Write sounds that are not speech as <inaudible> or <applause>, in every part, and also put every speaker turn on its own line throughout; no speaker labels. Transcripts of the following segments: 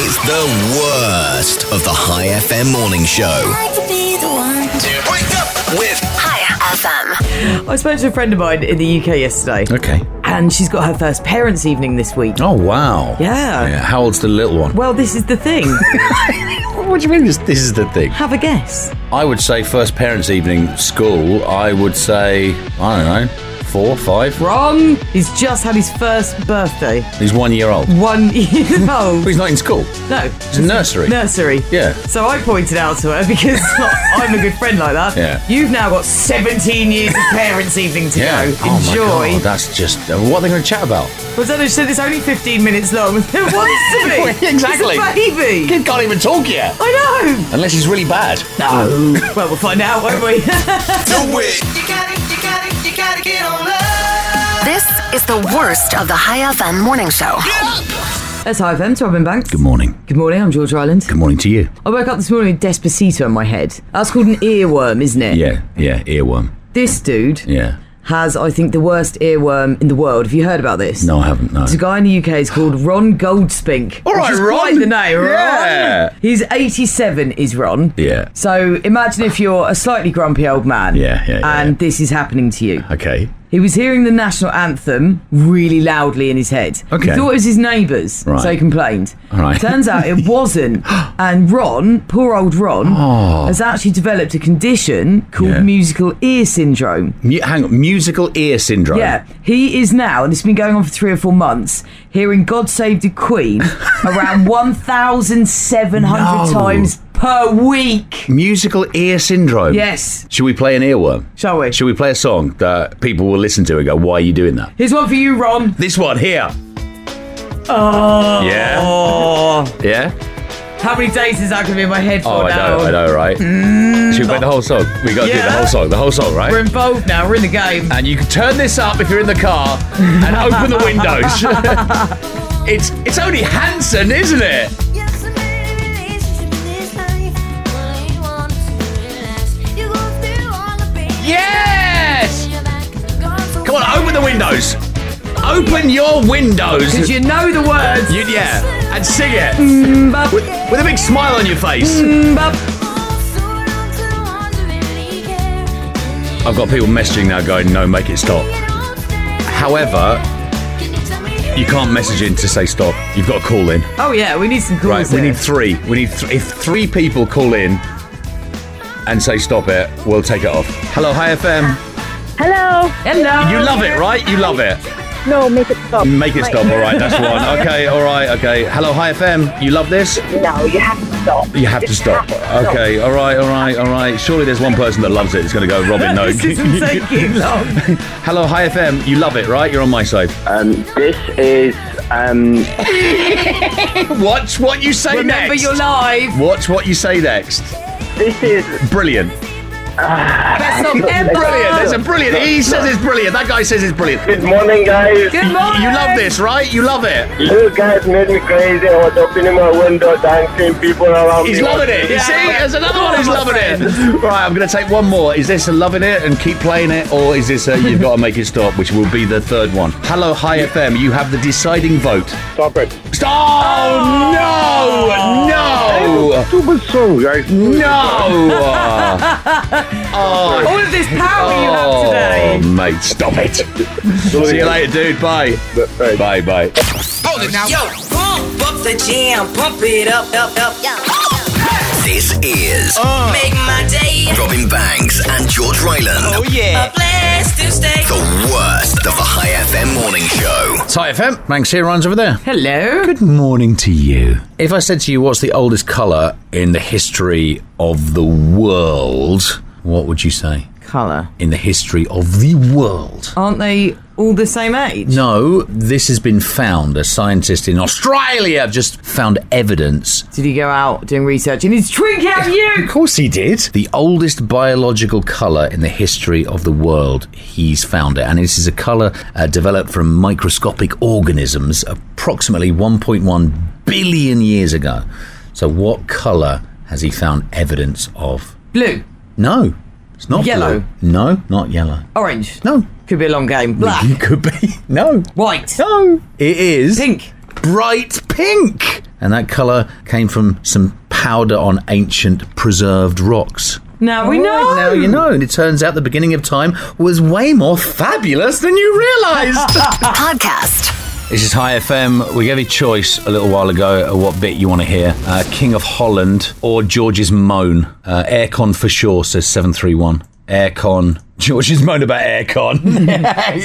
It's the worst of the High FM morning show. Wake up with
I spoke to a friend of mine in the UK yesterday,
Okay.
and she's got her first parents' evening this week.
Oh wow.
Yeah.
How old's the little one?
Well, this is
<laughs>
the thing.
what do you mean? This, this is the thing.
Have a guess.
I would say first parents' evening school. I would say I don't know four, five.
Wrong. He's just had his first birthday.
He's one year old.
One <laughs> year old.
He's not in school.
No.
He's in nursery.
Nursery.
Yeah.
So I pointed out to
<laughs>
her because I'm a good friend like that.
Yeah.
You've now got 17 years of parents' evening to
Yeah.
go.
Oh my
Enjoy.
God, that's just uh, what are they going to chat about?
Well, then she said it's only 15 minutes long. <laughs> It wants
<laughs>
to be.
Exactly.
It's a baby.
Kid can't even talk yet
I know.
unless he's really bad. <laughs>
No. well, we'll find out, won't we? <laughs>
the wake.
This is the worst of the High FM morning show.
That's Hi FM, it's Robin Banks.
Good morning.
Good morning, I'm George Island.
Good morning to you.
I woke up this morning with Despacito in my head. That's called an earworm, isn't it?
Yeah. Yeah. Earworm.
This dude
Yeah.
has, I think, the worst earworm in the world. Have you heard about this?
No, I haven't. No.
It's a guy in the UK is called Ron Goldspink.
All right,
which is
Ron.
Quite the name,
Yeah.
Ron. He's 87, is Ron.
Yeah.
So imagine if you're a slightly grumpy old man.
Yeah, yeah, yeah,
and
yeah.
this is happening to you.
Okay.
He was hearing the national anthem really loudly in his head.
Okay.
He thought it was his neighbours,
Right.
so he complained.
All right.
Turns out
<laughs>
it wasn't. And Ron, poor old Ron, has actually developed a condition called
Oh. Yeah.
musical ear syndrome.
Mu- hang on. Musical ear syndrome.
Yeah, he is now, and it's been going on for three or four months, hearing God Save
<laughs>
the Queen around 1,700
No.
times per week.
Musical ear syndrome.
Yes.
Should we play an earworm?
Shall we?
Should we play a song that people will listen to and go, why are you doing that?
Here's one for you, Ron.
This one here.
Oh.
Yeah. Yeah.
How many days is that going to be in my head for
Oh, I
now?
know, I know, right? Should we play the whole song? We got to do
Mm. Yeah.
the whole song, the whole song, right?
We're involved now. We're in the game.
and you can turn this up if you're in the car and open the
<laughs>
windows. it's it's only Hanson, isn't it? Yes. Come on, open the windows. Open your windows.
Because you know the words.
You- yeah, and sing it with, with a big smile on your face. I've got people messaging now going, no, make it stop. However, you can't message in to say stop. You've got to call in.
Oh yeah, we need some
Right,
calls
we
here.
need three. We need th- if three people call in and say stop it, we'll take it off. Hello, Hi FM.
Hello.
Hello.
You love it, right? You love it.
No, make it stop.
Make it stop. All right, that's
<laughs>
one. Okay, all right, okay. Hello, Hi FM. You love this?
No, you have to stop.
You have to
Just
stop.
have to
Okay, all right, all right, all right. Surely there's one person that loves it. It's going to go, Robin, no. <laughs>
this isn't taking long.
Hello, Hi FM. You love it, right? You're on my side.
Um, this is um,
Watch what you say
Remember,
next.
you're live.
Watch what you say next.
this is
Brilliant.
Best
<laughs>
song ever.
Brilliant. There's a brilliant. He says it's brilliant. That guy says it's brilliant.
good morning, guys.
Good morning.
You love this, right? You love it.
You guys made me crazy. I was opening my window, dancing, people around me.
He's loving it. You see? There's another one who's loving it. Right, I'm going to take one more. Is this a loving it and keep playing it, or is this a you've got to make it stop, which will be the third one? Hello, Hi FM. You have the deciding vote.
Stop it.
Stop! No! No!
Stupid song, guys.
No!
All of this power <laughs> you have
Oh,
today.
mate, stop it. See you later, dude. Bye. Bye, bye.
Pump up the jam, pump it up, up, up.
This is
Make my day
Robin Banks and George Ryland.
a blast to stay.
The worst of the High FM morning show.
It's Hi FM. Thanks here, runs over there.
Hello.
Good morning to you. If I said to you, what's the oldest colour in the history of the world, what would you say?
Color.
In the history of the world?
Aren't they all the same age?
No, this has been found. A scientist in Australia just found evidence.
Did he go out doing research and he's twink out you?
course he did. The oldest biological colour in the history of the world. He's found it. And this is a colour uh, developed from microscopic organisms approximately 1.1 billion years ago. So, what colour has he found evidence of?
Blue.
No, it's not
Yellow.
Blue. No, not yellow.
Orange.
No.
Could be a long game. Black.
You could be. <laughs> No.
White.
No. It is.
Pink.
Bright pink. and that colour came from some powder on ancient preserved rocks.
Now we know.
Now you know, and it turns out the beginning of time was way more fabulous than you
<laughs>
realised.
Podcast.
This is High FM. We gave you choice a little while ago of what bit you want to hear. Uh, King of Holland or George's Moan. Uh, aircon for sure, says 731. Aircon. <laughs> George's moan about
<laughs>
aircon.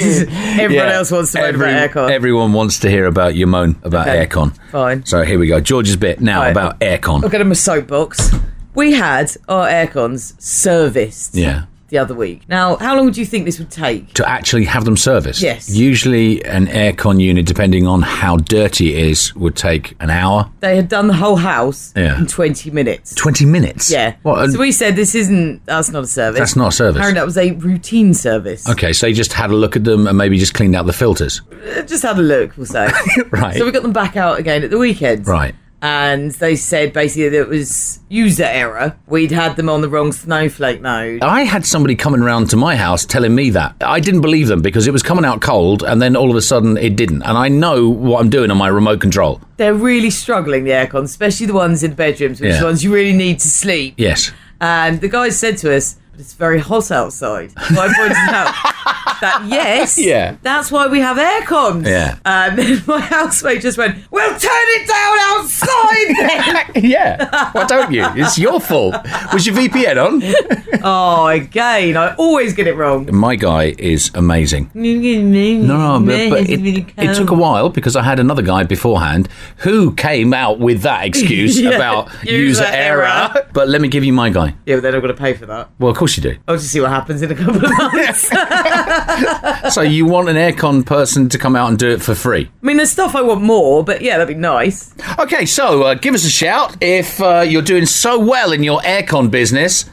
<laughs>
Everyone else wants to moan about aircon.
Everyone wants to hear about your moan about
Okay,
aircon.
fine.
So here we go. George's bit now
Right.
about aircon.
I'll get him a soapbox. We had our aircons serviced
Yeah.
the other week. Now, how long do you think this would take?
To actually have them serviced.
Yes.
Usually, an aircon unit, depending on how dirty it is, would take an hour,
They had done the whole house
Yeah.
in 20 minutes.
20 minutes.
yeah.
What, a-
so we said this isn't, that's not a service.
that's not a service.
Apparently that was a routine service.
Okay, so you just had a look at them and maybe just cleaned out the filters.
Just had a look, we'll say.
<laughs> Right.
So we got them back out again at the weekend.
Right.
And they said basically that it was user error. We'd had them on the wrong snowflake node.
I had somebody coming round to my house telling me that. I didn't believe them because it was coming out cold and then all of a sudden it didn't. And I know what I'm doing on my remote control.
They're really struggling, the aircons, especially the ones in bedrooms, which
Yeah.
are the ones you really need to sleep.
Yes.
<laughs> And the guy said to us, but it's very hot outside. So I pointed out
<laughs>
that, yes,
Yeah.
that's why we have air cons. Um,
Yeah.
<laughs> And then my housemate just went, well, turn it down outside
<laughs>
then.
yeah. Why don't you? It's your fault. Was your VPN on?
oh, again, I always get it wrong.
My guy is amazing. No,
No,
no, but, but it, it took a while because I had another guy beforehand who came out with
<laughs>
that excuse
Yeah,
about
user
user
error.
error. But let me give you my guy.
Yeah, but then I've got to pay for that.
Well, of course you do.
I'll just see what happens in
<laughs>
a couple of months. <laughs> I
So you want an aircon person to come out and do it for free?
mean, there's stuff I want more, but yeah, that'd be nice.
Okay, so uh, give us a shout if uh, you're doing so well in your aircon business,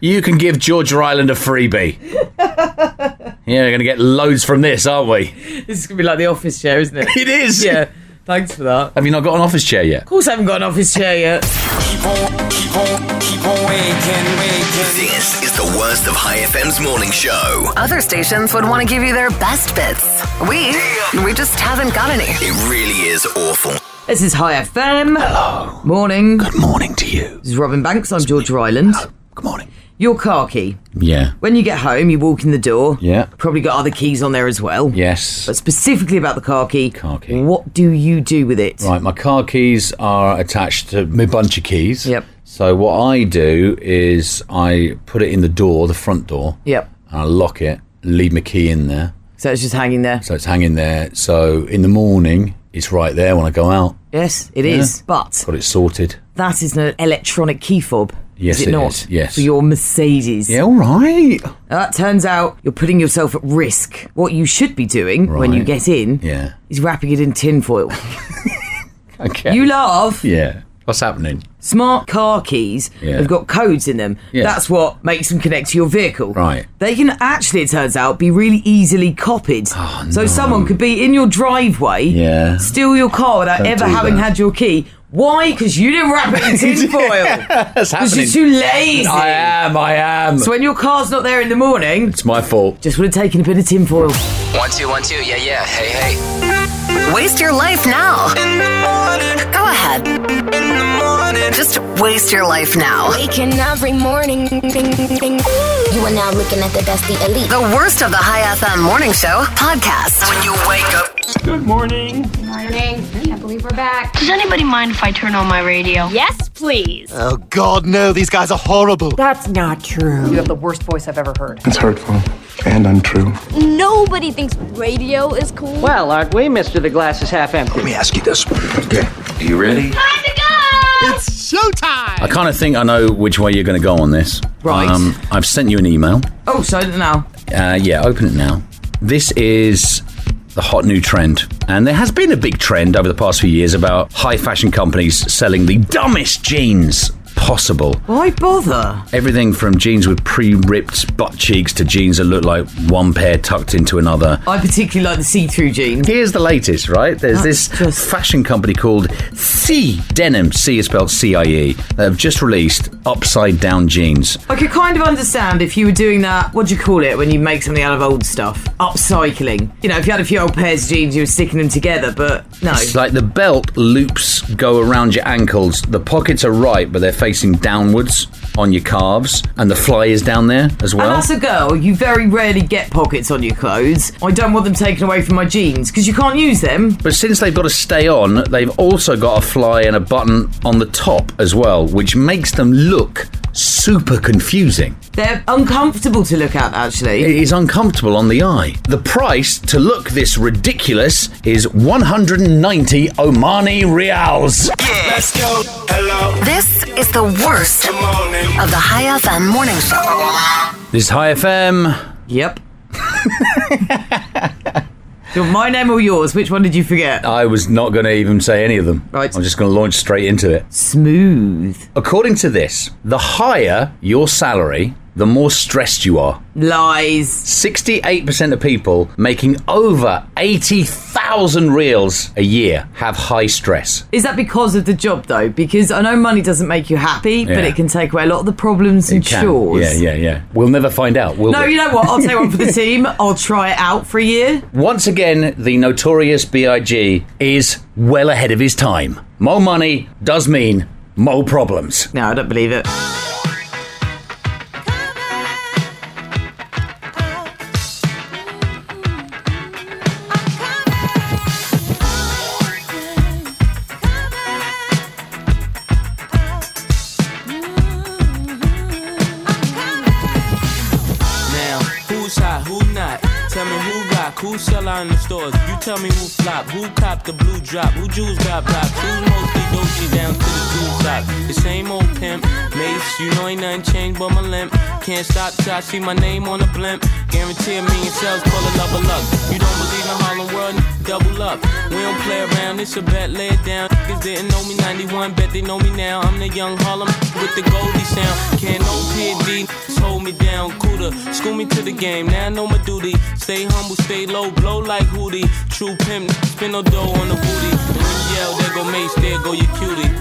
you can give Georgia Island a
<laughs>
freebie. yeah, we're going to get loads from this, aren't we?
This is going to be like the office chair,
<laughs>
isn't it?
It is.
yeah, thanks for that. Of
Have you not got an office chair yet?
course, I haven't got an office chair yet.
Keep on, keep on, keep on waking, waking.
This is the worst of High FM's morning show.
Other stations would want to give you their best bits. We, we just haven't got any.
It really is awful.
This is High FM. Hello. Morning. This
Good morning to you.
is Robin Banks. I'm George Ryland.
Good morning.
Your car key.
Yeah.
When you get home, you walk in the door.
Yeah.
Probably got other keys on there as well.
Yes.
But specifically about the car key.
Car key.
What do you do with it?
Right, my car keys are attached to my bunch of keys.
Yep.
So what I do is I put it in the door, the front door.
Yep.
And I lock it, leave my key in there.
So it's just hanging there.
So it's hanging there. So in the morning, it's right there when I go out.
Yes, it is. But
Got it sorted.
that is an electronic key fob.
Yes,
is it,
it
not?
is. Yes.
For your Mercedes.
all right.
That turns out you're putting yourself at risk. What you should be doing when you
Right.
get in
Yeah.
is wrapping it in tinfoil.
Okay.
<laughs> you laugh.
yeah. What's happening?
Smart car keys
Yeah.
have got codes in them.
Yeah.
That's what makes them connect to your vehicle.
Right.
They can actually, it turns out, be really easily copied. so someone could be in your driveway,
Ah, Yeah. <laughs>
steal your car without ever
do
having
that.
had your key. Why? Because you didn't wrap it in
<laughs>
tinfoil.
That's
Because
happening.
you're too lazy.
I am. I am.
So when your car's not there in the morning,
it's my fault.
just would have taken a bit of tinfoil.
One, two, one, two, yeah, yeah, hey, hey.
Waste your life now. Go ahead. Just waste your life now.
Waking every morning. Ding, ding, ding. You are now looking at the Dusty Elite.
The worst of the High FM morning show podcast. When you wake up,
Morning. Can't believe we're back. Does anybody mind if I turn on my radio?
Yes, please.
You have the worst voice I've ever heard.
It's hurtful and untrue.
Nobody thinks radio is cool.
Well, aren't we, Mr. The Glass is half empty?
Let me ask you this. Okay. Are you ready?
Time to go! It's
I kind of think I know which way you're going to go on this. Um,
Right.
I've sent you an email.
Oh, so now.
Uh, yeah, open it now. This is the hot new trend. And there has been a big trend over the past few years about high fashion companies selling the dumbest jeans possible.
Why bother?
Everything from jeans with pre-ripped butt cheeks to jeans that look like one pair tucked into another.
I particularly like the see-through jeans.
Here's the latest, right? There's this fashion company called C Denim. C is spelled C-I-E. They've just released upside-down jeans.
I could kind of understand if you were doing that. What do you call it when you make something out of old stuff? Upcycling. You know, if you had a few old pairs of jeans, you were sticking them together. But no,
It's like the belt loops go around your ankles. The pockets are right, but they're facing downwards on your calves, and the fly is down there as well.
And as a girl, you very rarely get pockets on your clothes. I don't want them taken away from my jeans because you can't use them.
But since they've got to stay on, they've also got a fly and a button on the top as well, which makes them look super confusing.
They're uncomfortable to look at, actually.
It is uncomfortable on the eye. The price to look this ridiculous is 190 Omani reals.
Let's go. Hello.
This is the worst of the High FM morning show.
This is High FM.
Yep. <laughs> Do you want my name or yours? Which one did you forget?
I was not going to even say any of them. Right. I'm just going to launch straight into it.
Smooth.
According to this, the higher your salary, the more stressed you are.
Lies.
68% of people making over 80,000 reels a year have high stress.
Is that because of the job though? Because I know money doesn't make you happy, but
Yeah.
it can take away a lot of the problems and
It can.
chores.
Yeah, yeah, yeah. We'll never find out, will
No,
we?
you know what? I'll take one
<laughs>
for the team. I'll try it out for a year.
Once again, the notorious BIG is well ahead of his time. More money does mean more problems.
No, I don't believe it.
Now, who's hot, who not? Tell me who rock, who sell out in the stores. You tell me who flop, who cop the blue drop, who Jews got pop, who's mostly Gucci down to the blue top. The same old pimp, mace, you know ain't nothing changed but my limp. Can't stop till I see my name on the blimp. Guarantee a million sales, pull a level up. You don't believe in Harlem World, double up. We don't play around, it's a bet, lay it down. Niggas didn't know me 91, bet they know me now. I'm the young Harlem with the Goldie sound. Can't no PD hold me down. Cooler, school me to the game. Now I know my duty. Stay humble, stay low, blow like Hootie. True pimp, spin no dough on the booty. And when you yell, there go Mace, there go your cutie.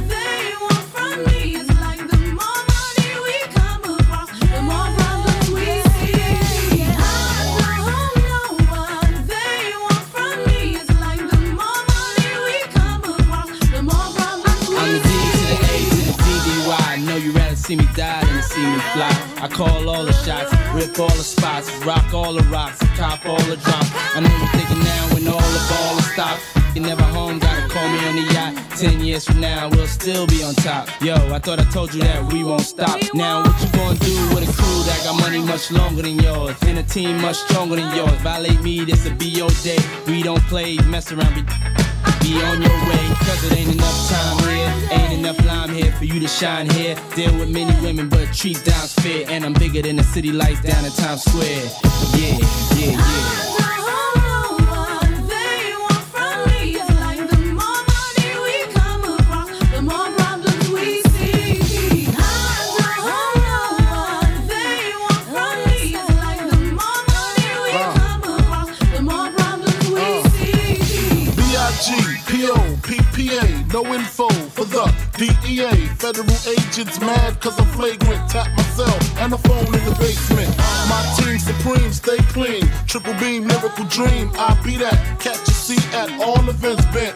I'm the D to the A to the DDY. Know you rather see me die than to see me fly. I call all the shots, rip all the spots, rock all the rocks, cop all the drops. I know you're thinking now when all the ball is stopped. You never home, gotta call me on the yacht. Ten years from now, we'll still be on top. Yo, I thought I told you that we won't stop. Now, what you gonna do with a crew that got money much longer than yours? And a team much stronger than yours. Violate me, this'll be your day. We don't play, mess around, be be on your way, cause it ain't enough time here. Ain't enough lime here for you to shine here. Deal with many women, but treat down fair. And I'm bigger than the city lights down in Times Square. Yeah, yeah, yeah.
PPA, no info for the DEA. Federal agents mad cause I'm flagrant. Tap myself and the phone in the basement. My team supreme, stay clean. Triple beam, miracle dream. I be that. Catch a seat at all events bent.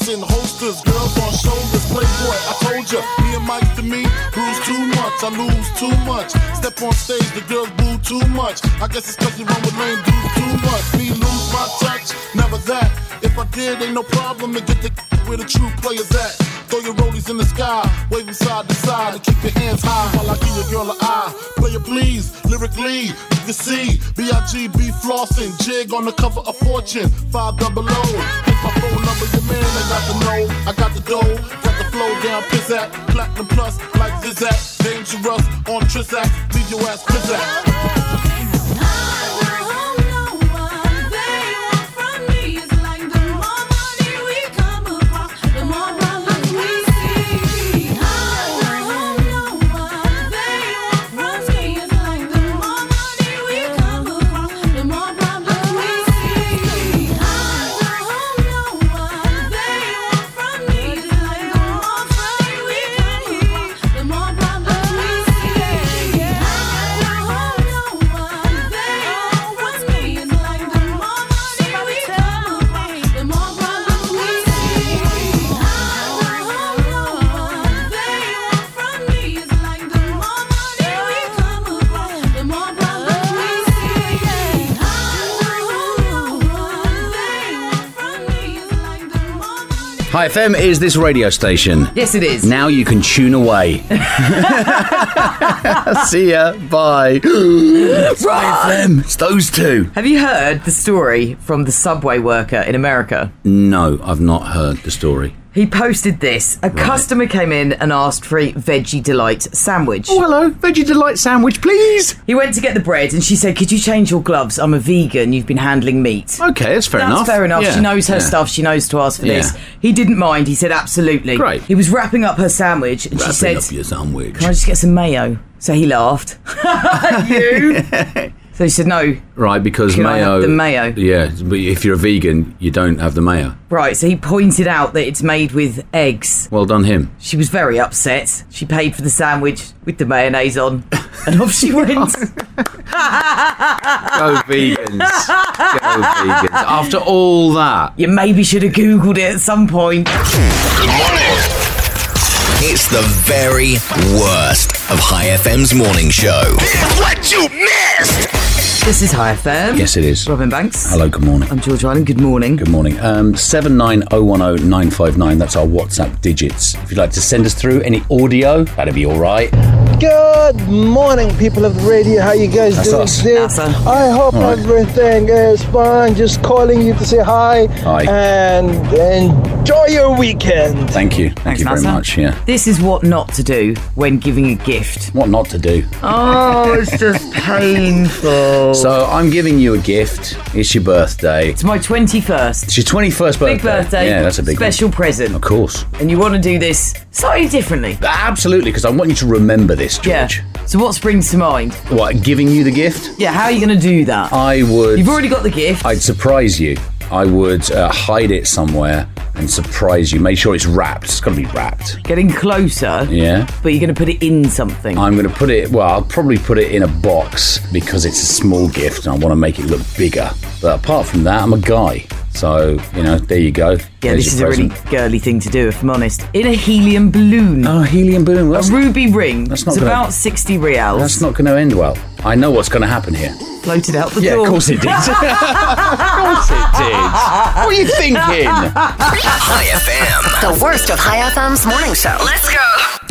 It's in holsters, girls on shoulders. Playboy, I told ya. Me and Mike to me, bruise too much. I lose too much. Step on stage, the girls boo too much. I guess it's cause you run with lame dudes too much. Me lose my touch, never that. If I did, ain't no problem to get the <laughs> where the true players at. Throw your rollies in the sky, wave 'em side to side, and keep your hands high while I give your girl an eye. Play it please, lyrically, you can see B.I.G.B. flossing, jig on the cover of Fortune, five double O. Hit my phone number, your man, I got the know, I got the dough, got the flow down, pizzat, platinum plus, like Zizak, dangerous on Trizak, leave your ass pizzat.
The more problems we see, I know.
Hi FM is this radio station.
Yes, it is.
Now you can tune away. <laughs> See ya. <gasps> Bye. Hi FM. It's those two.
Have you heard the story from the subway worker in America?
No, I've not heard the story.
He posted this. A customer came in and asked for a veggie delight sandwich.
Oh, hello. Veggie delight sandwich, please.
He went to get the bread and she said, Could you change your gloves? I'm a vegan. You've been handling meat.
Okay, that's fair
That's
enough.
fair enough.
Yeah,
She knows her
yeah.
stuff. She knows to ask for
Yeah.
this. He didn't mind. He said, Absolutely.
Great.
He was wrapping up her sandwich and she
Wrapping
said,
up your sandwich.
Can I just get some mayo? So he laughed. <laughs>
<laughs>
you? so he said, No.
Right, because
Can I
mayo.
have the mayo?
Yeah, but if you're a vegan, you don't have the mayo.
Right, so he pointed out that it's made with eggs.
Well done, him.
She was very upset. She paid for the sandwich with the
<laughs>
mayonnaise on, and off she went.
Go
<laughs>
vegans. Go vegans. After all that.
You maybe should have Googled it at some point.
It's the very worst of High FM's morning show.
What you missed! This is High FM.
Yes, it is.
Robin Banks.
Hello, good morning.
I'm George Island. Good morning.
Good morning. Um, 79010 that's our WhatsApp digits. If you'd like to send us through any audio, that'd be all right.
Good morning, people of the radio. How you guys
That's
doing
us.
today?
That's us.
I hope
All right.
everything is fine. Just calling you to say hi,
Hi.
Uh,
and enjoy your weekend.
Thank you. Thank you very
Nasa.
much. Yeah.
This is what not to do when giving a gift.
What not to do?
Oh,
<laughs>
it's just painful.
So I'm giving you a gift. It's your birthday. It's
my 21st.
It's your 21st birthday.
Big birthday.
Yeah, that's a big
Special present.
One. Of course.
And you want to do this slightly differently.
Absolutely, because I want you to remember this, George.
Yeah. So what springs to mind?
What, giving you the gift?
Yeah, how are you going to do that?
I would.
You've already got the gift.
I'd surprise you. I would uh, hide it somewhere and surprise you. Make sure it's wrapped. It's got to be wrapped.
Getting closer.
Yeah.
But you're going to put it in something.
I'm going to put it, well, I'll probably put it in a box because it's a small gift and I want to make it look bigger. But apart from that, I'm a guy. So, you know, there you go.
yeah,
There's
this is
your
a really
present.
girly thing to do, if I'm honest. In a helium balloon. Oh,
helium balloon.
a ruby ring. That's
not
It's
gonna-
about 60 reals.
That's not going to end well. I know what's going to happen here.
Floated out the
Yeah, of
door. <laughs>
course it did. Of course it did. <laughs> What are you thinking?
High FM. The worst of High FM's morning show. Let's go.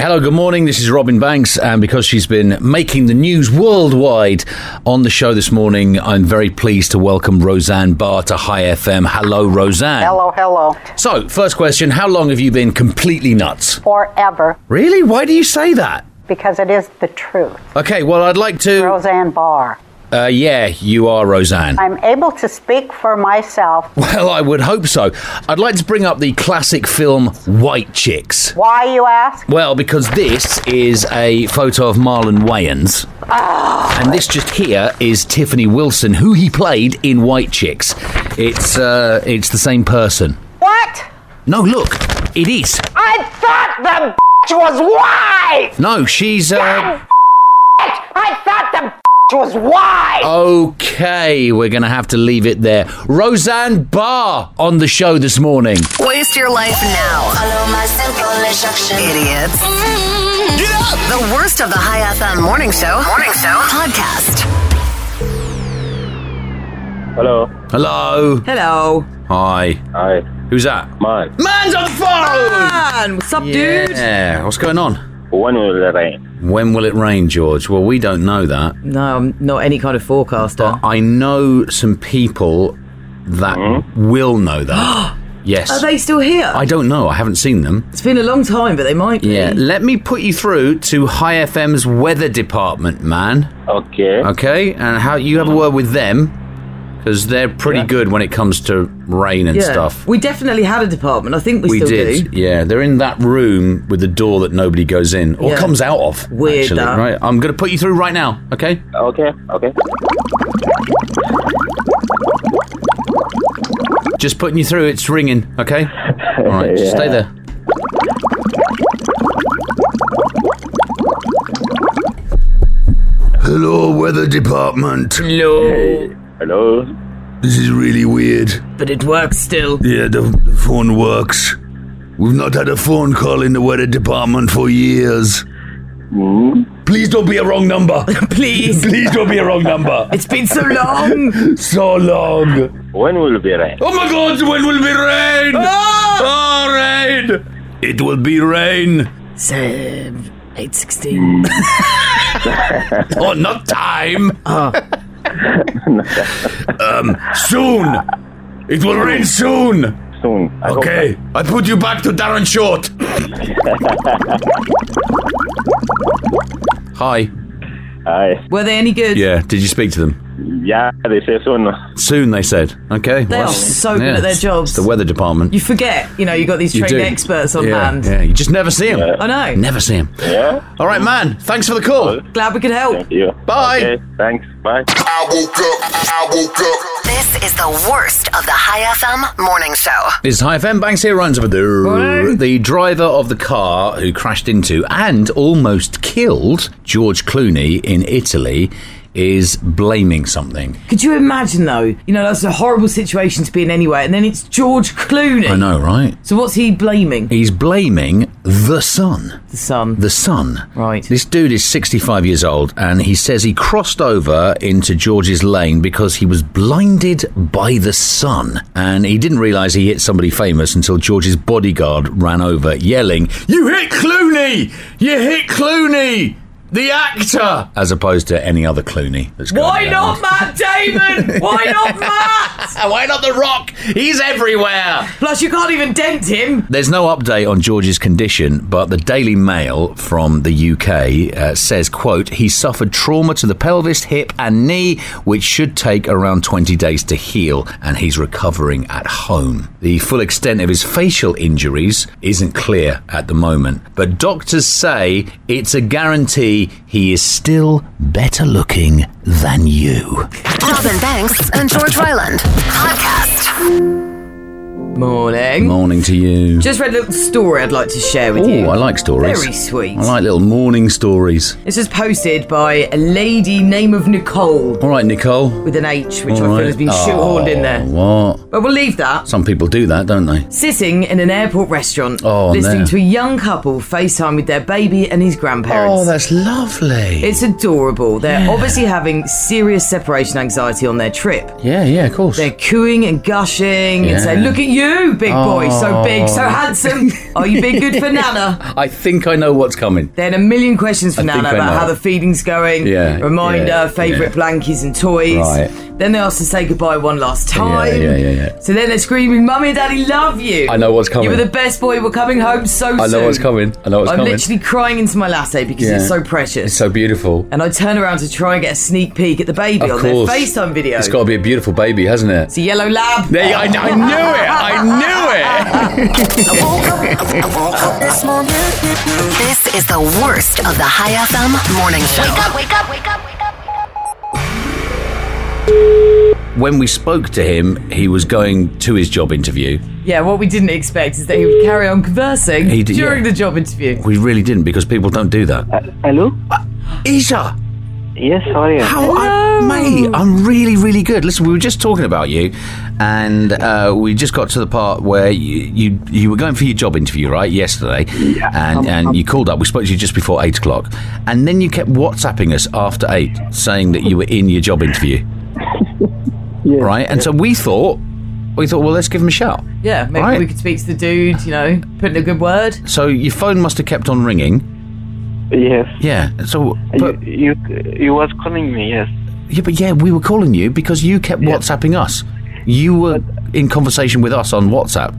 Hello, good morning. This is Robin Banks, and because she's been making the news worldwide on the show this morning, I'm very pleased to welcome Roseanne Barr to High FM. Hello, Roseanne.
Hello, hello.
So, first question How long have you been completely nuts?
Forever,
Really? Why do you say that?
because it is the truth.
Okay, well, I'd like to.
Roseanne Barr.
Uh, yeah, you are Roseanne.
I'm able to speak for myself
Well, I would hope so. I'd like to bring up the classic film White Chicks.
Why, you ask?
Well, because this is a photo of Marlon Wayans.
Ah.
And this just here is Tiffany Wilson, who he played in White Chicks. It's uh, it's the same person.
What?
No, look, it is.
I thought the bitch was white!
No, she's. Uh,
I thought the bitch was white!
okay, we're going to have to leave it there. Roseanne Barr on the show this morning.
Waste your life now. Follow my simple instruction. Idiots. Get up. The worst of the High FM morning show. Morning show podcast.
Hello.
Hello.
Hello.
Hi.
Hi.
Who's that?
Man.
Man's on the phone!
Man, what's up, dude?
Yeah, what's going on?
When will it rain?
When will it rain, George? Well, we don't know that.
No, I'm not any kind of forecaster.
But I know some people that will know
<gasps>
that. yes.
Are they still here?
I don't know. I haven't seen them.
It's been a long time, but they might be.
Yeah. Let me put you through to High FM's weather department, man.
Okay.
Okay. And how you have a word with them because they're pretty good when it comes to rain and
Yeah.
stuff.
We definitely had a department. I think we, still
did.
do.
Yeah. They're in that room with the door that nobody goes in or
Yeah.
comes out of.
Weird,
Actually,
that.
right. I'm going to put you through right now. Okay.
Okay. Okay.
Just putting you through. It's ringing. Okay. All
<laughs>
right. just Stay
Yeah.
there.
Hello, weather department.
Hello.
Hello.
This is really weird.
But it works still.
Yeah, the, the phone works. We've not had a phone call in the weather department for years.
Mm.
Please don't be a wrong number.
<laughs>
Please.
Please don't be a wrong number.
It's been so long.
so long.
When will it be rain?
Oh my god, when will be rain? Oh, rain! It will be rain.
Seven, eight, sixteen.
oh, not time. um, soon. It will rain soon.
Soon. I hope
Okay, I put you back to
<laughs>
Darren Short. Hi.
Hi.
Were they any good?
Yeah. Did you speak to them?
Yeah, they say soon.
Soon, they said. Okay.
They are so good at their
it's-
jobs.
It's the weather department.
You forget, you know, you got these
You
trained
do.
experts on
yeah,
hand.
Yeah, you just never see him.
I know.
Never see him.
Yeah.
All right, man. Thanks for the call.
Glad we could help.
You.
Bye.
Thanks. Bye.
I woke up. I woke up.
This is the worst of the High FM morning show.
It's High FM. Banks here, Ryan's over there. The driver of the car who crashed into and almost killed George Clooney in Italy is blaming something.
Could you imagine though? You know, that's a horrible situation to be in anyway, and then it's George Clooney.
I know, right?
So what's he blaming?
He's blaming the sun.
The sun.
The sun.
Right.
This dude is 65 years old and he says he crossed over into George's lane because he was blinded by the sun. And he didn't realize he hit somebody famous until George's bodyguard ran over yelling, You hit Clooney! You hit Clooney! The actor! As opposed to any other Clooney. That's going
Why
around.
not Matt Damon? Why
<laughs>
not Matt?
Why not The Rock? He's everywhere.
Plus, you can't even dent him.
There's no update on George's condition, but the Daily Mail from the UK uh, says, quote, he suffered trauma to the pelvis, hip and knee, which should take around 20 days to heal, and he's recovering at home. The full extent of his facial injuries isn't clear at the moment, but doctors say it's a guarantee he is still better looking than you.
Robin Banks and George Ryland. Podcast.
Morning.
Morning to you.
Just read a little story I'd like to share with you.
Oh, I like stories.
Very sweet.
I like little morning stories.
This was posted by a lady name of Nicole
All right, Nicole.
with an H,
All
which I feel
right.
has been
Oh,
shoehorned in there.
What?
But we'll leave that.
Some people do that, don't they?
Sitting in an airport restaurant,
Oh,
listening
no.
to a young couple FaceTime with their baby and his grandparents.
Oh, that's lovely.
It's adorable. They're
Yeah.
obviously having serious separation anxiety on their trip.
yeah, yeah, of course.
They're cooing and gushing
Yeah.
and saying, Look at you, big boy, so big, so
Oh.
handsome. Are you being good
<laughs>
for Nana?
I think I know what's coming.
Then a million questions for
I
Nana
think I
about
know.
how the feeding's going,
Yeah,
reminder,
yeah,
favourite
yeah.
blankies and toys.
Right.
Then they asked to say goodbye one last time.
yeah, yeah, yeah.
So then they're screaming, Mummy and Daddy love you.
I know what's coming.
You were the best boy, we're coming home so soon.
I know what's coming. I know what's
I'm
coming.
literally crying into my latte because
Yeah.
it's so precious.
It's so beautiful.
and I turn around to try and get a sneak peek at the baby
of
on
course.
their FaceTime video.
It's got to be a beautiful baby, hasn't it?
it's a yellow lab.
There, you- I, I knew it. I
<laughs>
knew it.
This is the worst of the High FM morning show. Wake up, wake up, wake up.
When we spoke to him, he was going to his job interview.
Yeah, what we didn't expect is that he would carry on conversing
He did,
during
yeah.
the job interview.
We really didn't because people don't do that. Uh,
Hello?
Isha!
Yes, how are you?
How Oh, I, mate, I'm really, really good. Listen, we were just talking about you, and uh, we just got to the part where you, you you were going for your job interview, right? Yesterday, yeah, and and you called up. We spoke to you just before eight o'clock, and then you kept WhatsApping us after eight, saying that you were in your job interview, right? And so we thought, we thought, well, let's give him a shout.
Yeah, maybe
Right.
we could speak to the dude, you know, put in a good word.
So your phone must have kept on ringing.
Yes.
Yeah. So, but
You, you was calling me, yes.
yeah, but yeah, we were calling you because you kept WhatsApping us. You were in conversation with us on WhatsApp.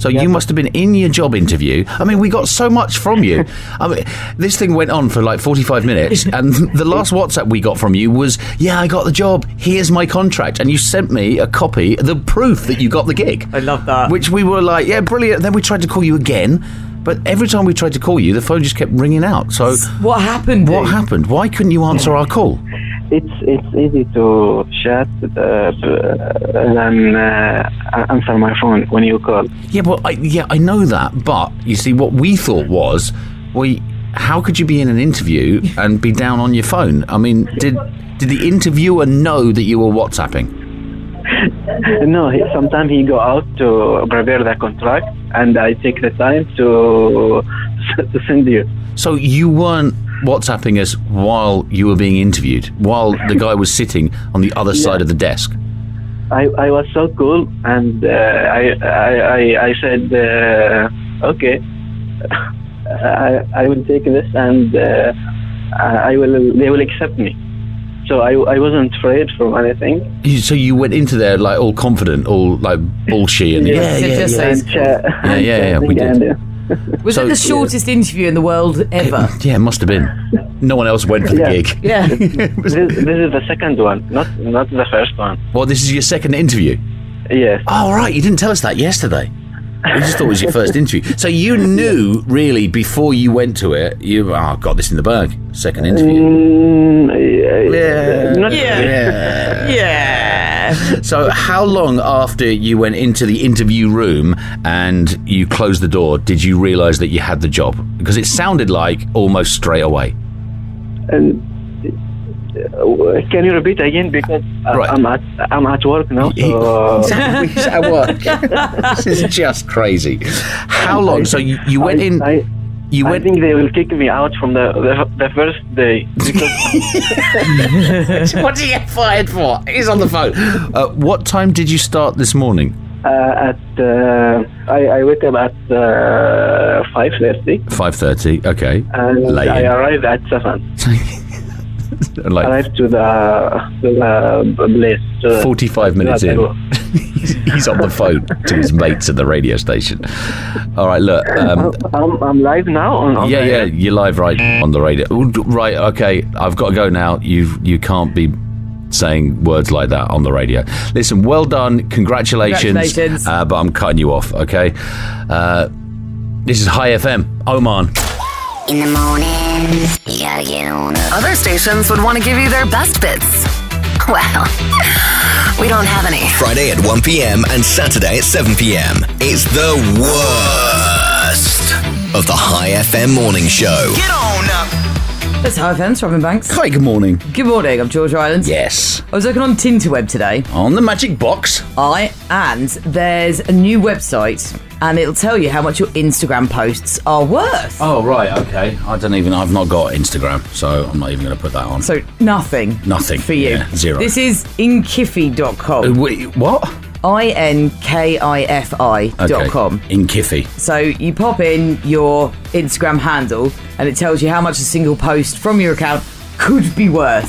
So you must have been in your job interview. I mean, we got so much from you. I mean, this thing went on for like 45 minutes and the last WhatsApp we got from you was, "Yeah, I got the job. Here's my contract." And you sent me a copy, the proof that you got the gig. I
love that.
Which we were like, "Yeah, brilliant." Then we tried to call you again, but every time we tried to call you, the phone just kept ringing out. So
What happened?
What happened? Why couldn't you answer our call?
It's it's easy to chat uh, b- and uh, answer my phone when you call.
Yeah, well, I, yeah, I know that, but you see, what we thought was, well, how could you be in an interview and be down on your phone? I mean, did did the interviewer know that you were WhatsApping?
No, he, sometimes he go out to prepare the contract, and I take the time <laughs> to to send you.
So you weren't WhatsApping us while you were being interviewed, while the guy was sitting on the other side of the desk.
I, I was so cool, and uh, I, I I I said, uh, okay, <laughs> I I will take this, and uh, I I will they will accept me. So I I wasn't afraid from anything.
You, so you went into there like all confident, all like bullshit, and yeah, yeah, yeah, yeah, yeah,
And, uh,
yeah, yeah, we
and,
did.
uh,
Was
So-
it the shortest interview in the world
<laughs>
ever?
Yeah, it must have been. No one else went for the gig.
yeah.
this, this is the second one, not not the first one.
Well, this is your second interview.
Yes.
Oh right, you didn't tell us that yesterday. We just thought it was your
<laughs>
first interview. So you knew really before you went to it. You oh, got this in the bag. Second interview.
Uh, yeah, Mm, not- <laughs>
Yeah. So how long after you went into the interview room and you closed the door did you realise that you had the job? Because it sounded like almost straight away.
And uh, can you repeat again because I- Uh, I'm at I'm at work now. So
<laughs>
uh,
He's at work.
<laughs>
this is just crazy. How long? So you, you went in. you
went. I think they will kick me out from the the, the first day because.
what did you get fired for? He's on the phone. Uh, what time did you start this morning?
Uh, at uh, I, I wake up at uh, five thirty
Five thirty. Okay.
Uh,
and
Late.
I arrive at seven.
<laughs> Like-
arrive to the to the place. to-
Forty-five minutes
to the
in.
table.
He's on the phone to his mates at the radio station. All right, look. Um,
I'm, I'm live now. On,
oh,
on
yeah,
the-
yeah, you're live right on the radio. Oh, d- Right, okay, I've got to go now. You you can't be saying words like that on the radio. Listen, well done, congratulations.
Congratulations.
Uh, but I'm cutting you off, okay? Uh, this is High FM, Oman.
In the morning, you gotta get on up.
Other stations would want to give you their best bits. Well, we don't have any.
Friday at 1 p.m. and Saturday at 7 p.m. It's the worst of the High FM morning show.
That's how I found Robin Banks.
Hi, good morning.
Good morning, I'm George Islands.
Yes.
I was looking on Tinterweb today.
On the magic box.
I and there's a new website and it'll tell you how much your Instagram posts are worth.
Oh, right, okay. I don't even, I've not got Instagram, so I'm not even going to put that on.
So nothing.
Nothing.
For you.
Yeah, zero.
This is inkifi.com.
Uh, wait, what?
I N K I F I dot com.
In Kiffy.
So you pop in your Instagram handle and it tells you how much a single post from your account could be worth.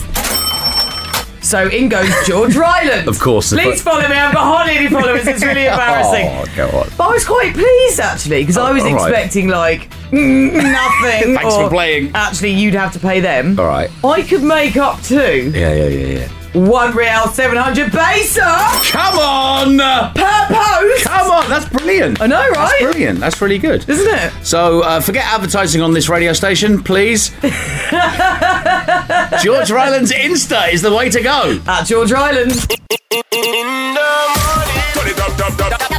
So in goes
<laughs>
George Ryland.
Of course. the
Please
fir-
follow me. I've got hardly any followers.
<laughs>
It's really embarrassing.
Oh, go on.
But I was quite pleased actually because I was
all right.
expecting like <laughs> mm, nothing.
<laughs> Thanks for
or
playing.
Actually, you'd have to pay them.
All right.
I could make up to
Yeah, yeah, yeah, yeah.
one real seven hundred pesos.
Come on!
Per post.
Come on, that's brilliant.
I know, right?
That's brilliant. That's really good.
Isn't it?
So uh, forget advertising on this radio station, <laughs> please. George Ryland's Insta is the way to go.
At George Ryland.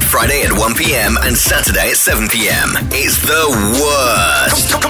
Friday at 1 p.m. and Saturday at 7 p.m. It's the worst of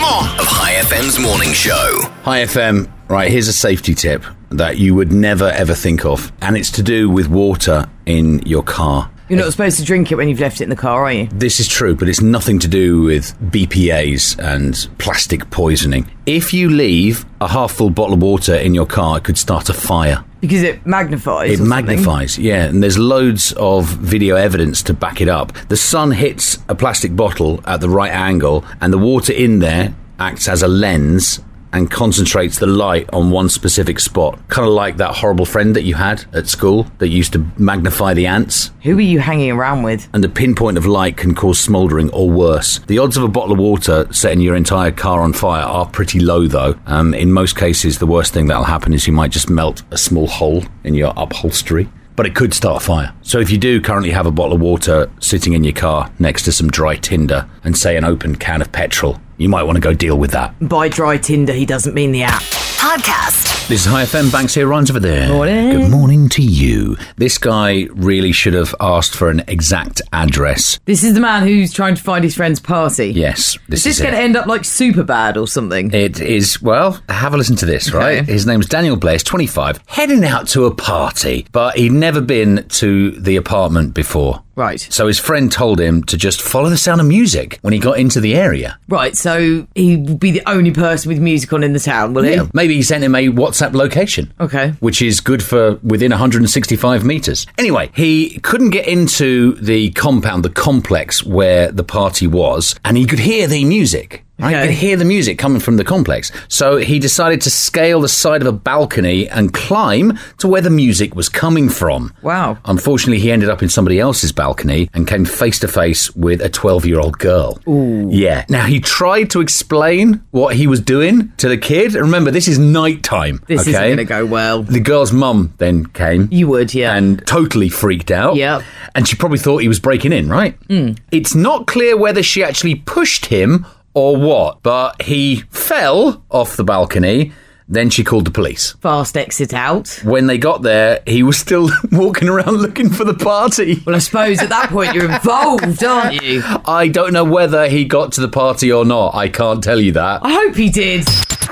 High FM's morning show.
Hi, FM. Right, here's a safety tip that you would never ever think of, and it's to do with water in your car.
You're not supposed to drink it when you've left it in the car, are you?
This is true, but it's nothing to do with BPAs and plastic poisoning. If you leave a half full bottle of water in your car, it could start a fire.
Because it magnifies.
It
or something.
magnifies, yeah, and there's loads of video evidence to back it up. The sun hits a plastic bottle at the right angle, and the water in there acts as a lens and concentrates the light on one specific spot. Kind of like that horrible friend that you had at school that used to magnify the ants.
Who are you hanging around with?
And the pinpoint of light can cause smouldering or worse. The odds of a bottle of water setting your entire car on fire are pretty low, though. Um, in most cases, the worst thing that'll happen is you might just melt a small hole in your upholstery. But it could start a fire. So if you do currently have a bottle of water sitting in your car next to some dry tinder and, say, an open can of petrol, you might want to go deal with that.
By dry Tinder, he doesn't mean the app.
Podcast.
This is High FM. Banks here. Ryan's over there. Good morning to you. This guy really should have asked for an exact address.
This is the man who's trying to find his friend's party.
Yes, this
is this
is
going
it.
to end up like super bad or something?
It is, well, have a listen to this, right? His name's Daniel Blaze, 25, heading out to a party, but he'd never been to the apartment before.
Right.
So his friend told him to just follow the sound of music when he got into the area.
Right, so he will be the only person with music on in the town, will he?
Yeah, maybe he sent him a WhatsApp location.
Okay.
Which is good for within 165 meters. Anyway, he couldn't get into the compound, the complex where the party was, and he could hear the music. Right? He could hear the music coming from the complex. So he decided to scale the side of a balcony and climb to where the music was coming from.
Wow.
Unfortunately, he ended up in somebody else's balcony and came face to face with a 12 year old girl.
Ooh.
Yeah. Now, he tried to explain what he was doing to the kid. And remember, this is nighttime.
This
okay?
isn't gonna go well.
The girl's mum then came.
You would, yeah.
And totally freaked out.
Yep.
And she probably thought he was breaking in, right?
Mm.
It's not clear whether she actually pushed him or what, but he fell off the balcony. Then she called the police.
Fast exit out.
When they got there, he was still <laughs> walking around looking for the party.
Well, I suppose at that point you're involved, aren't you?
I don't know whether he got to the party or not. I can't tell you that.
I hope he did.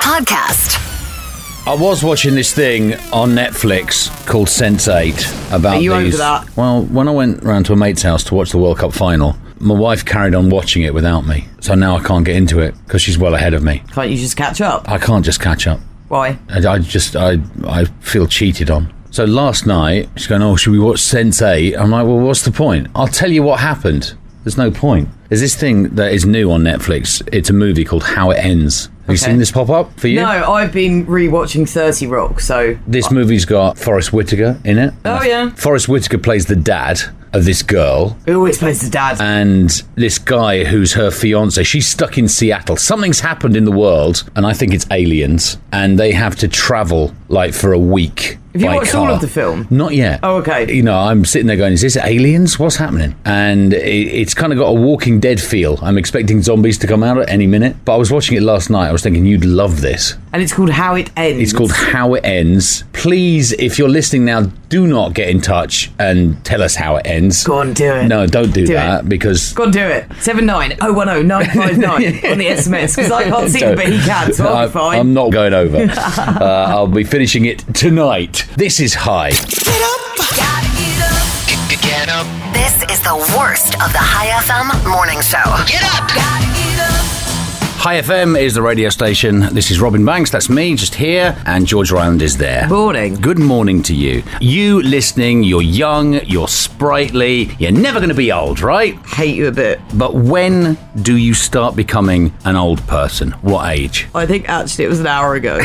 Podcast.
I was watching this thing on Netflix called Sense Eight about
Are you over
these.
that?
Well, when I went round to a mate's house to watch the World Cup final, my wife carried on watching it without me, so now I can't get into it because she's well ahead of me.
Can't you just catch up?
I can't just catch up.
Why?
I, I just I I feel cheated on. So last night she's going, oh, should we watch Sense Eight? I'm like, well, what's the point? I'll tell you what happened. There's no point. There's this thing that is new on Netflix. It's a movie called How It Ends. Have you
Okay.
seen this pop up for you?
No, I've been rewatching 30 Rock, so.
This movie's got Forrest Whitaker in it.
Oh, yeah.
Forrest Whitaker plays the dad of this girl.
Who always plays the dad?
And this guy who's her fiance, she's stuck in Seattle. Something's happened in the world, and I think it's aliens, and they have to travel like for a week.
Have you
by
watched all
car.
of the film?
Not yet.
Oh, okay.
You know, I'm sitting there going, is this aliens? What's happening? And it, it's kind of got a Walking Dead feel. I'm expecting zombies to come out at any minute. But I was watching it last night. I was thinking, you'd love this.
And it's called How It Ends.
It's called How It Ends. Please, if you're listening now, do not get in touch and tell us how it ends. Go
on, do it.
No, don't do,
Do
that because.
Go and do it.
<laughs>
79010959 on the SMS, because I can't see him, but he can, so I'll be fine.
am not going over. uh, I'll be finishing it tonight. This is high.
This is the worst of the High FM morning show. Get up.
High FM is the radio station. This is Robin Banks, that's me, just here, and George Ryland is there.
Morning.
Good morning to you. You listening, you're young, you're sprightly, you're never going to be old, right?
Hate you a bit.
But when do you start becoming an old person? What age?
I think actually it was an
<laughs>
hour ago.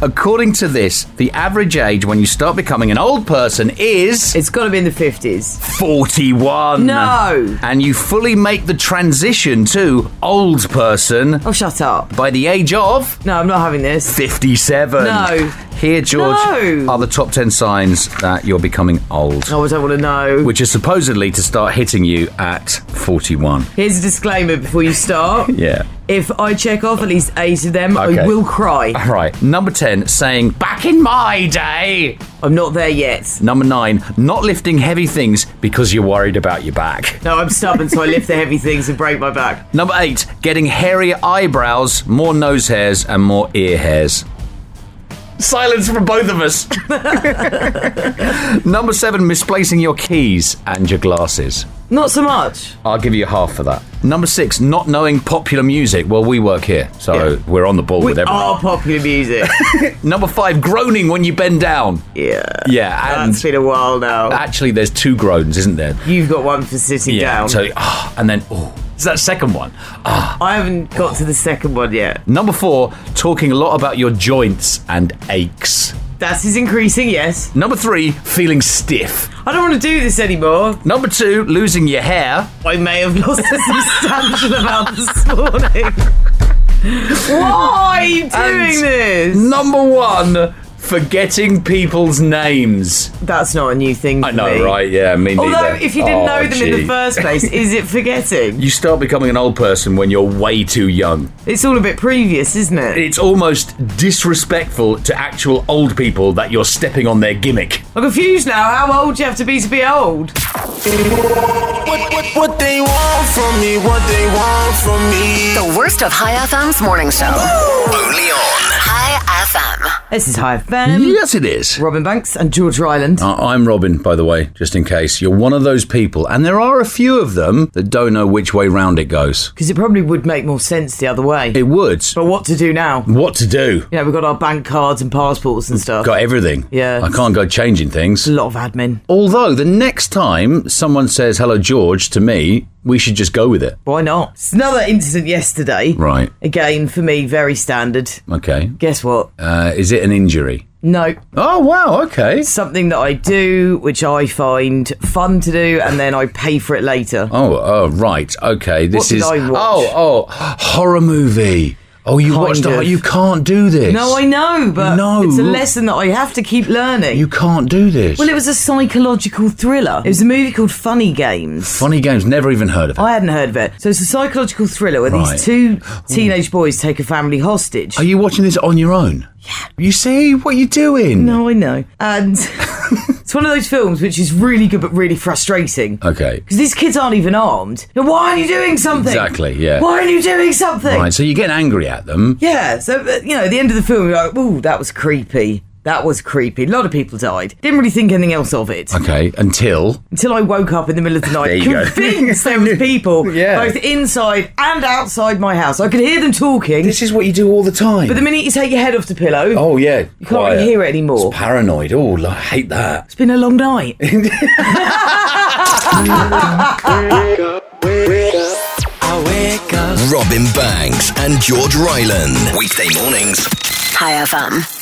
According to this, the average age when you start becoming an old person is.
It's got to be in the 50s.
41.
No.
And you fully make the transition to old person.
Oh, shut up.
By the age of.
No, I'm not having this.
57.
No.
Here, George,
No.
are the top 10 signs that you're becoming old.
Oh, I don't want to know.
Which is supposedly to start hitting you at 41.
Here's a disclaimer before you start.
<laughs> Yeah.
If I check off at least eight of them, I
Okay.
will cry.
All right. Number 10, saying, back in my day.
I'm not there yet.
Number nine, not lifting heavy things because you're worried about your back.
No, I'm stubborn, so I lift the heavy things and break my back.
Number eight, getting hairier eyebrows, more nose hairs, and more ear hairs. Silence from both of us. <laughs> Number seven, misplacing your keys and your glasses.
Not so much.
I'll give you half for that. Number six, not knowing popular music. Well, we work here, so we're on the ball
We
with everything.
are popular music.
<laughs> Number five, groaning when you bend down.
Yeah.
Yeah, and
That's been a while now.
actually, there's two groans, isn't there?
You've got one for sitting down.
So, ah, and then, oh, it's that second one.
I haven't got to the second one yet.
Number four, talking a lot about your joints and aches.
That is increasing, yes.
Number three, feeling stiff.
I don't want to do this anymore.
Number two, losing your hair.
I may have lost a substantial amount this morning. <laughs> Why are you doing
And
this?
Number one, forgetting people's names.
That's not a new thing. For
I know,
me.
right? Yeah, me neither.
Although, if you didn't
Oh,
know them in
gee.
the first
<laughs>
place, is it forgetting?
you start becoming an old person when you're way too young.
It's all a bit previous, isn't it?
It's almost disrespectful to actual old people that you're stepping on their gimmick.
I'm confused now. How old do you have to be to be old?
What, what, what they want from me, what they want from me.
The worst of High FM's morning show.
Only on
High FM.
This is High FM.
Mm-hmm. Yes, it is.
Robin Banks and George Ryland.
I- Uh, I'm Robin, by the way, just in case. You're one of those people, and there are a few of them that don't know which way round it goes.
Because it probably would make more sense the other way.
It would.
But what to do now?
What to do?
You know, we've got our bank cards and passports and stuff.
Got everything.
Yeah.
I can't go changing things. A
lot of admin.
Although, the next time someone says, hello, George, to me, we should just go with it.
Why not? It's another incident yesterday.
Right.
Again, for me, very standard.
Okay.
Guess what?
Uh, is it an injury?
No.
Oh, wow, okay.
Something that I do, which I find fun to do, and then I pay for it later.
Oh, oh, right. Okay. This
did
is.
I watch?
Oh, oh, horror movie. Oh, you
Kind
watched. Oh,
of.
you can't do this.
No, I know, but
No.
it's a lesson that I have to keep learning.
You can't do this.
Well, it was a psychological thriller. It was a movie called Funny Games.
Funny games. Never even heard of it.
I hadn't heard of it. So it's a psychological thriller where
Right.
these two teenage boys take a family hostage.
Are you watching this on your own? Yeah. You see what you're doing?
No, I know.
<laughs>
And it's one of those films which is really good but really frustrating.
Okay.
Because these kids aren't even armed. Now, why aren't you doing something?
Exactly, yeah.
Why aren't you doing something?
Right. So you're getting angry at them.
Yeah, so, uh, you know, at the end of the film, you're like, ooh, that was creepy. That was creepy. A lot of people died. Didn't really think anything else of it.
Okay. Until.
Until I woke up in the middle of the night,
<laughs> There you go.
convinced there
<laughs>
was people both inside and outside my house. I could hear them talking.
This is what you do all the time.
But the minute you take your head off the pillow,
Oh yeah.
you can't really hear it anymore.
It's paranoid. Oh, I hate that.
It's been a long night.
Robin Banks and George Ryland. Weekday mornings.
High FM.